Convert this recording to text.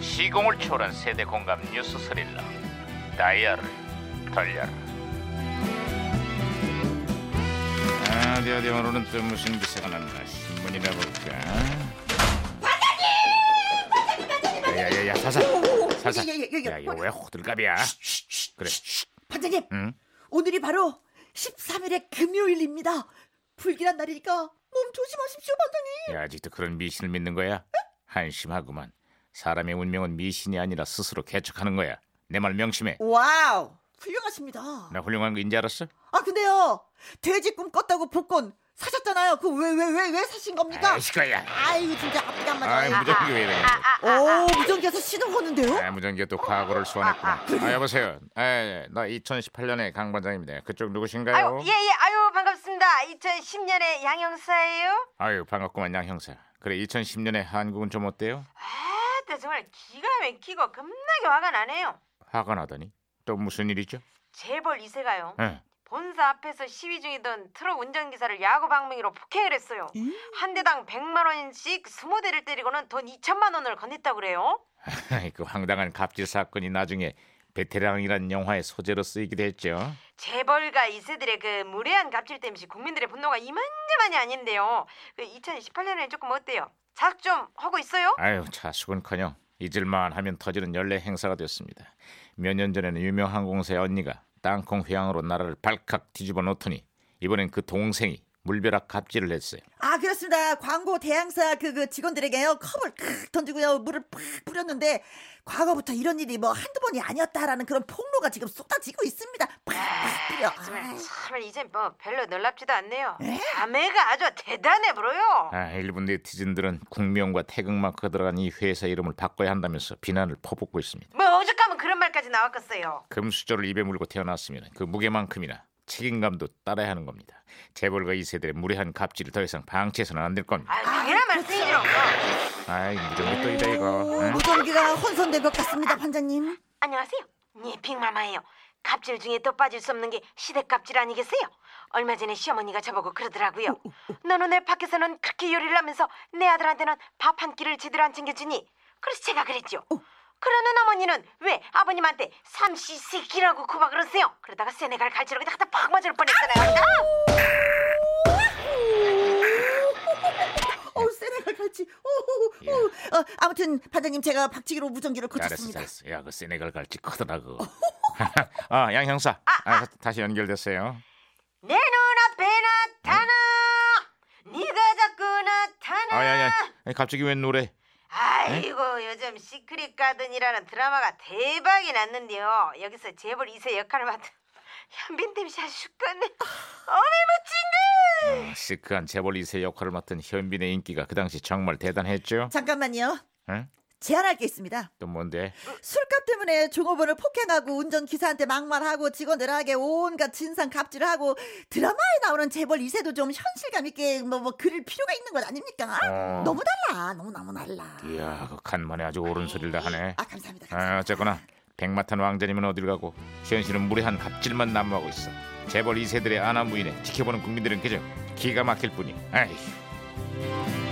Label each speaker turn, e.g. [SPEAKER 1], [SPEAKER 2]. [SPEAKER 1] 시공을 초월한 세대 공감 뉴스 스릴러 다이아를 돌려라 아, 어디 어디 오늘은 또 무슨 기사가 났나 신문이나 볼까 반장님! 반장님 반장님 야야야 사사
[SPEAKER 2] 오, 오,
[SPEAKER 1] 사사
[SPEAKER 2] 예, 예, 예, 예.
[SPEAKER 1] 야 이거 왜 호들갑이야 그래
[SPEAKER 2] 반장님,
[SPEAKER 1] 응?
[SPEAKER 2] 오늘이 바로 13일의 금요일입니다. 불길한 날이니까 몸 조심하십시오, 반장님.
[SPEAKER 1] 야, 아직도 그런 미신을 믿는 거야? 한심하구만. 사람의 운명은 미신이 아니라 스스로 개척하는 거야. 내 말 명심해.
[SPEAKER 2] 와우, 훌륭하십니다.
[SPEAKER 1] 나 훌륭한 거인지 알았어?
[SPEAKER 2] 아, 근데요, 돼지 꿈 꿨다고 복권 사셨잖아요. 그 왜, 왜, 왜, 왜 사신 겁니까?
[SPEAKER 1] 아이씨 거야.
[SPEAKER 2] 아이고, 진짜 앞뒤가 안
[SPEAKER 1] 아이
[SPEAKER 2] 맞아요. 아,
[SPEAKER 1] 무전기 왜 이래?
[SPEAKER 2] 오, 무전기에서 신호 오는데요?
[SPEAKER 1] 아 무전기 또 과거를 소환했구나. 아 여보세요. 에, 나 2018년의 강 반장입니다. 그쪽 누구신가요?
[SPEAKER 3] 아유, 예, 예, 아유, 반갑습니다. 2010년에 양형사예요.
[SPEAKER 1] 아유 반갑구만 양 형사. 그래 2010년에 한국은 좀 어때요?
[SPEAKER 3] 아, 나 정말 기가 막히고 겁나게 화가 나네요.
[SPEAKER 1] 화가 나더니 또 무슨 일이죠?
[SPEAKER 3] 재벌 이세가요
[SPEAKER 1] 응.
[SPEAKER 3] 본사 앞에서 시위 중이던 트럭 운전기사를 야구 방망이로 폭행을 했어요.
[SPEAKER 2] 음?
[SPEAKER 3] 한 대당 100만 원씩 20대를 때리고는 돈 2천만 원을 건넸다 그래요.
[SPEAKER 1] 그 황당한 갑질 사건이 나중에 베테랑이란 영화의 소재로 쓰이기도 했죠.
[SPEAKER 3] 재벌가 이세들의그 무례한 갑질 땜시 국민들의 분노가 이만저만이 아닌데요. 그 2018년에는 조금 어때요? 자극 좀 하고 있어요?
[SPEAKER 1] 아유 자수군커녕 잊을만 하면 터지는 연례 행사가 됐습니다. 몇 년 전에는 유명 항공사의 언니가 땅콩 회항으로 나라를 발칵 뒤집어 놓더니 이번엔 그 동생이 물벼락 갑질을 했어요.
[SPEAKER 2] 아, 그렇습니다. 광고 대행사 그, 그 직원들에게요, 컵을 칵 던지고요, 물을 팍 뿌렸는데, 과거부터 이런 일이 뭐 한두 번이 아니었다라는 그런 폭로가 지금 쏟아지고 있습니다. 팍, 팍 뿌려.
[SPEAKER 3] 정말
[SPEAKER 2] 아이.
[SPEAKER 3] 참 이제 뭐 별로 놀랍지도 네. 않네요. 자매가 아주 대단해 보여요.
[SPEAKER 1] 아, 일본 네티즌들은 국명과 태극마크가 들어간 이 회사 이름을 바꿔야 한다면서 비난을 퍼붓고 있습니다.
[SPEAKER 3] 뭐 오죽하면 그런 말까지 나왔겠어요.
[SPEAKER 1] 금수저를 입에 물고 태어났으면 그 무게만큼이나 책임감도 따라야 하는 겁니다. 재벌가 이 세대의 무례한 갑질을 더 이상 방치해서는 안 될 겁니다.
[SPEAKER 3] 아, 당연한 말씀이죠. 어.
[SPEAKER 1] 아이 무정이 또 이래
[SPEAKER 2] 아,
[SPEAKER 1] 이거. 응?
[SPEAKER 2] 무전기가 혼선된 것 같습니다, 반장님.
[SPEAKER 3] 안녕하세요. 네, 빅마마예요. 갑질 중에 또 빠질 수 없는 게 시댁 갑질 아니겠어요? 얼마 전에 시어머니가 저보고 그러더라고요. 너는 왜 밖에서는 그렇게 요리를 하면서 내 아들한테는 밥 한 끼를 제대로 안 챙겨주니? 그래서 제가 그랬죠. 그러는 어머니는 왜 아버님한테 삼시 세끼라고 구박 그러세요? 그러다가 세네갈 갈치로 그냥 갖다 팍 맞을 뻔했잖아요. 아!
[SPEAKER 2] 어우, 세네갈 갈치. 오, 오, 오. 어, 아무튼 반장님 제가 박치기로
[SPEAKER 1] 예.
[SPEAKER 2] 무전기를
[SPEAKER 1] 잘했어
[SPEAKER 2] 고쳤습니다.
[SPEAKER 1] 잘했어 야그 세네갈 갈치 크더라 그거 아양 형사 아, 다시 연결됐어요
[SPEAKER 3] 내 눈앞에 나타나 네가 자꾸 나타나
[SPEAKER 1] 아야야 갑자기 웬 노래
[SPEAKER 3] 아이고 요즘 시크릿 가든이라는 드라마가 대박이 났는데요 여기서 재벌 2세 역할을 맡은 현빈댐 샤죽겠네 어메 멋진데
[SPEAKER 1] 어, 시크한 재벌 2세 역할을 맡은 현빈의 인기가 그 당시 정말 대단했죠
[SPEAKER 2] 잠깐만요.
[SPEAKER 1] 응?
[SPEAKER 2] 제안할 게 있습니다.
[SPEAKER 1] 또 뭔데
[SPEAKER 2] 술값 때문에 종업원을 폭행하고 운전 기사한테 막말하고 직원들에게 온갖 진상 갑질을 하고 드라마에 나오는 재벌 2세도 좀 현실감 있게 뭐 뭐 그릴 필요가 있는 건 아닙니까?
[SPEAKER 1] 어.
[SPEAKER 2] 너무 달라. 너무 너무 달라.
[SPEAKER 1] 이야 그 간만에 아주 옳은 소리를 다 하네
[SPEAKER 2] 아, 감사합니다. 감사합니다.
[SPEAKER 1] 아, 어쨌거나 백마탄 왕자님은 어딜 가고 현실은 무례한 갑질만 난무하고 있어 재벌 2세들의 아나무인에 지켜보는 국민들은 그저 기가 막힐 뿐이야 아이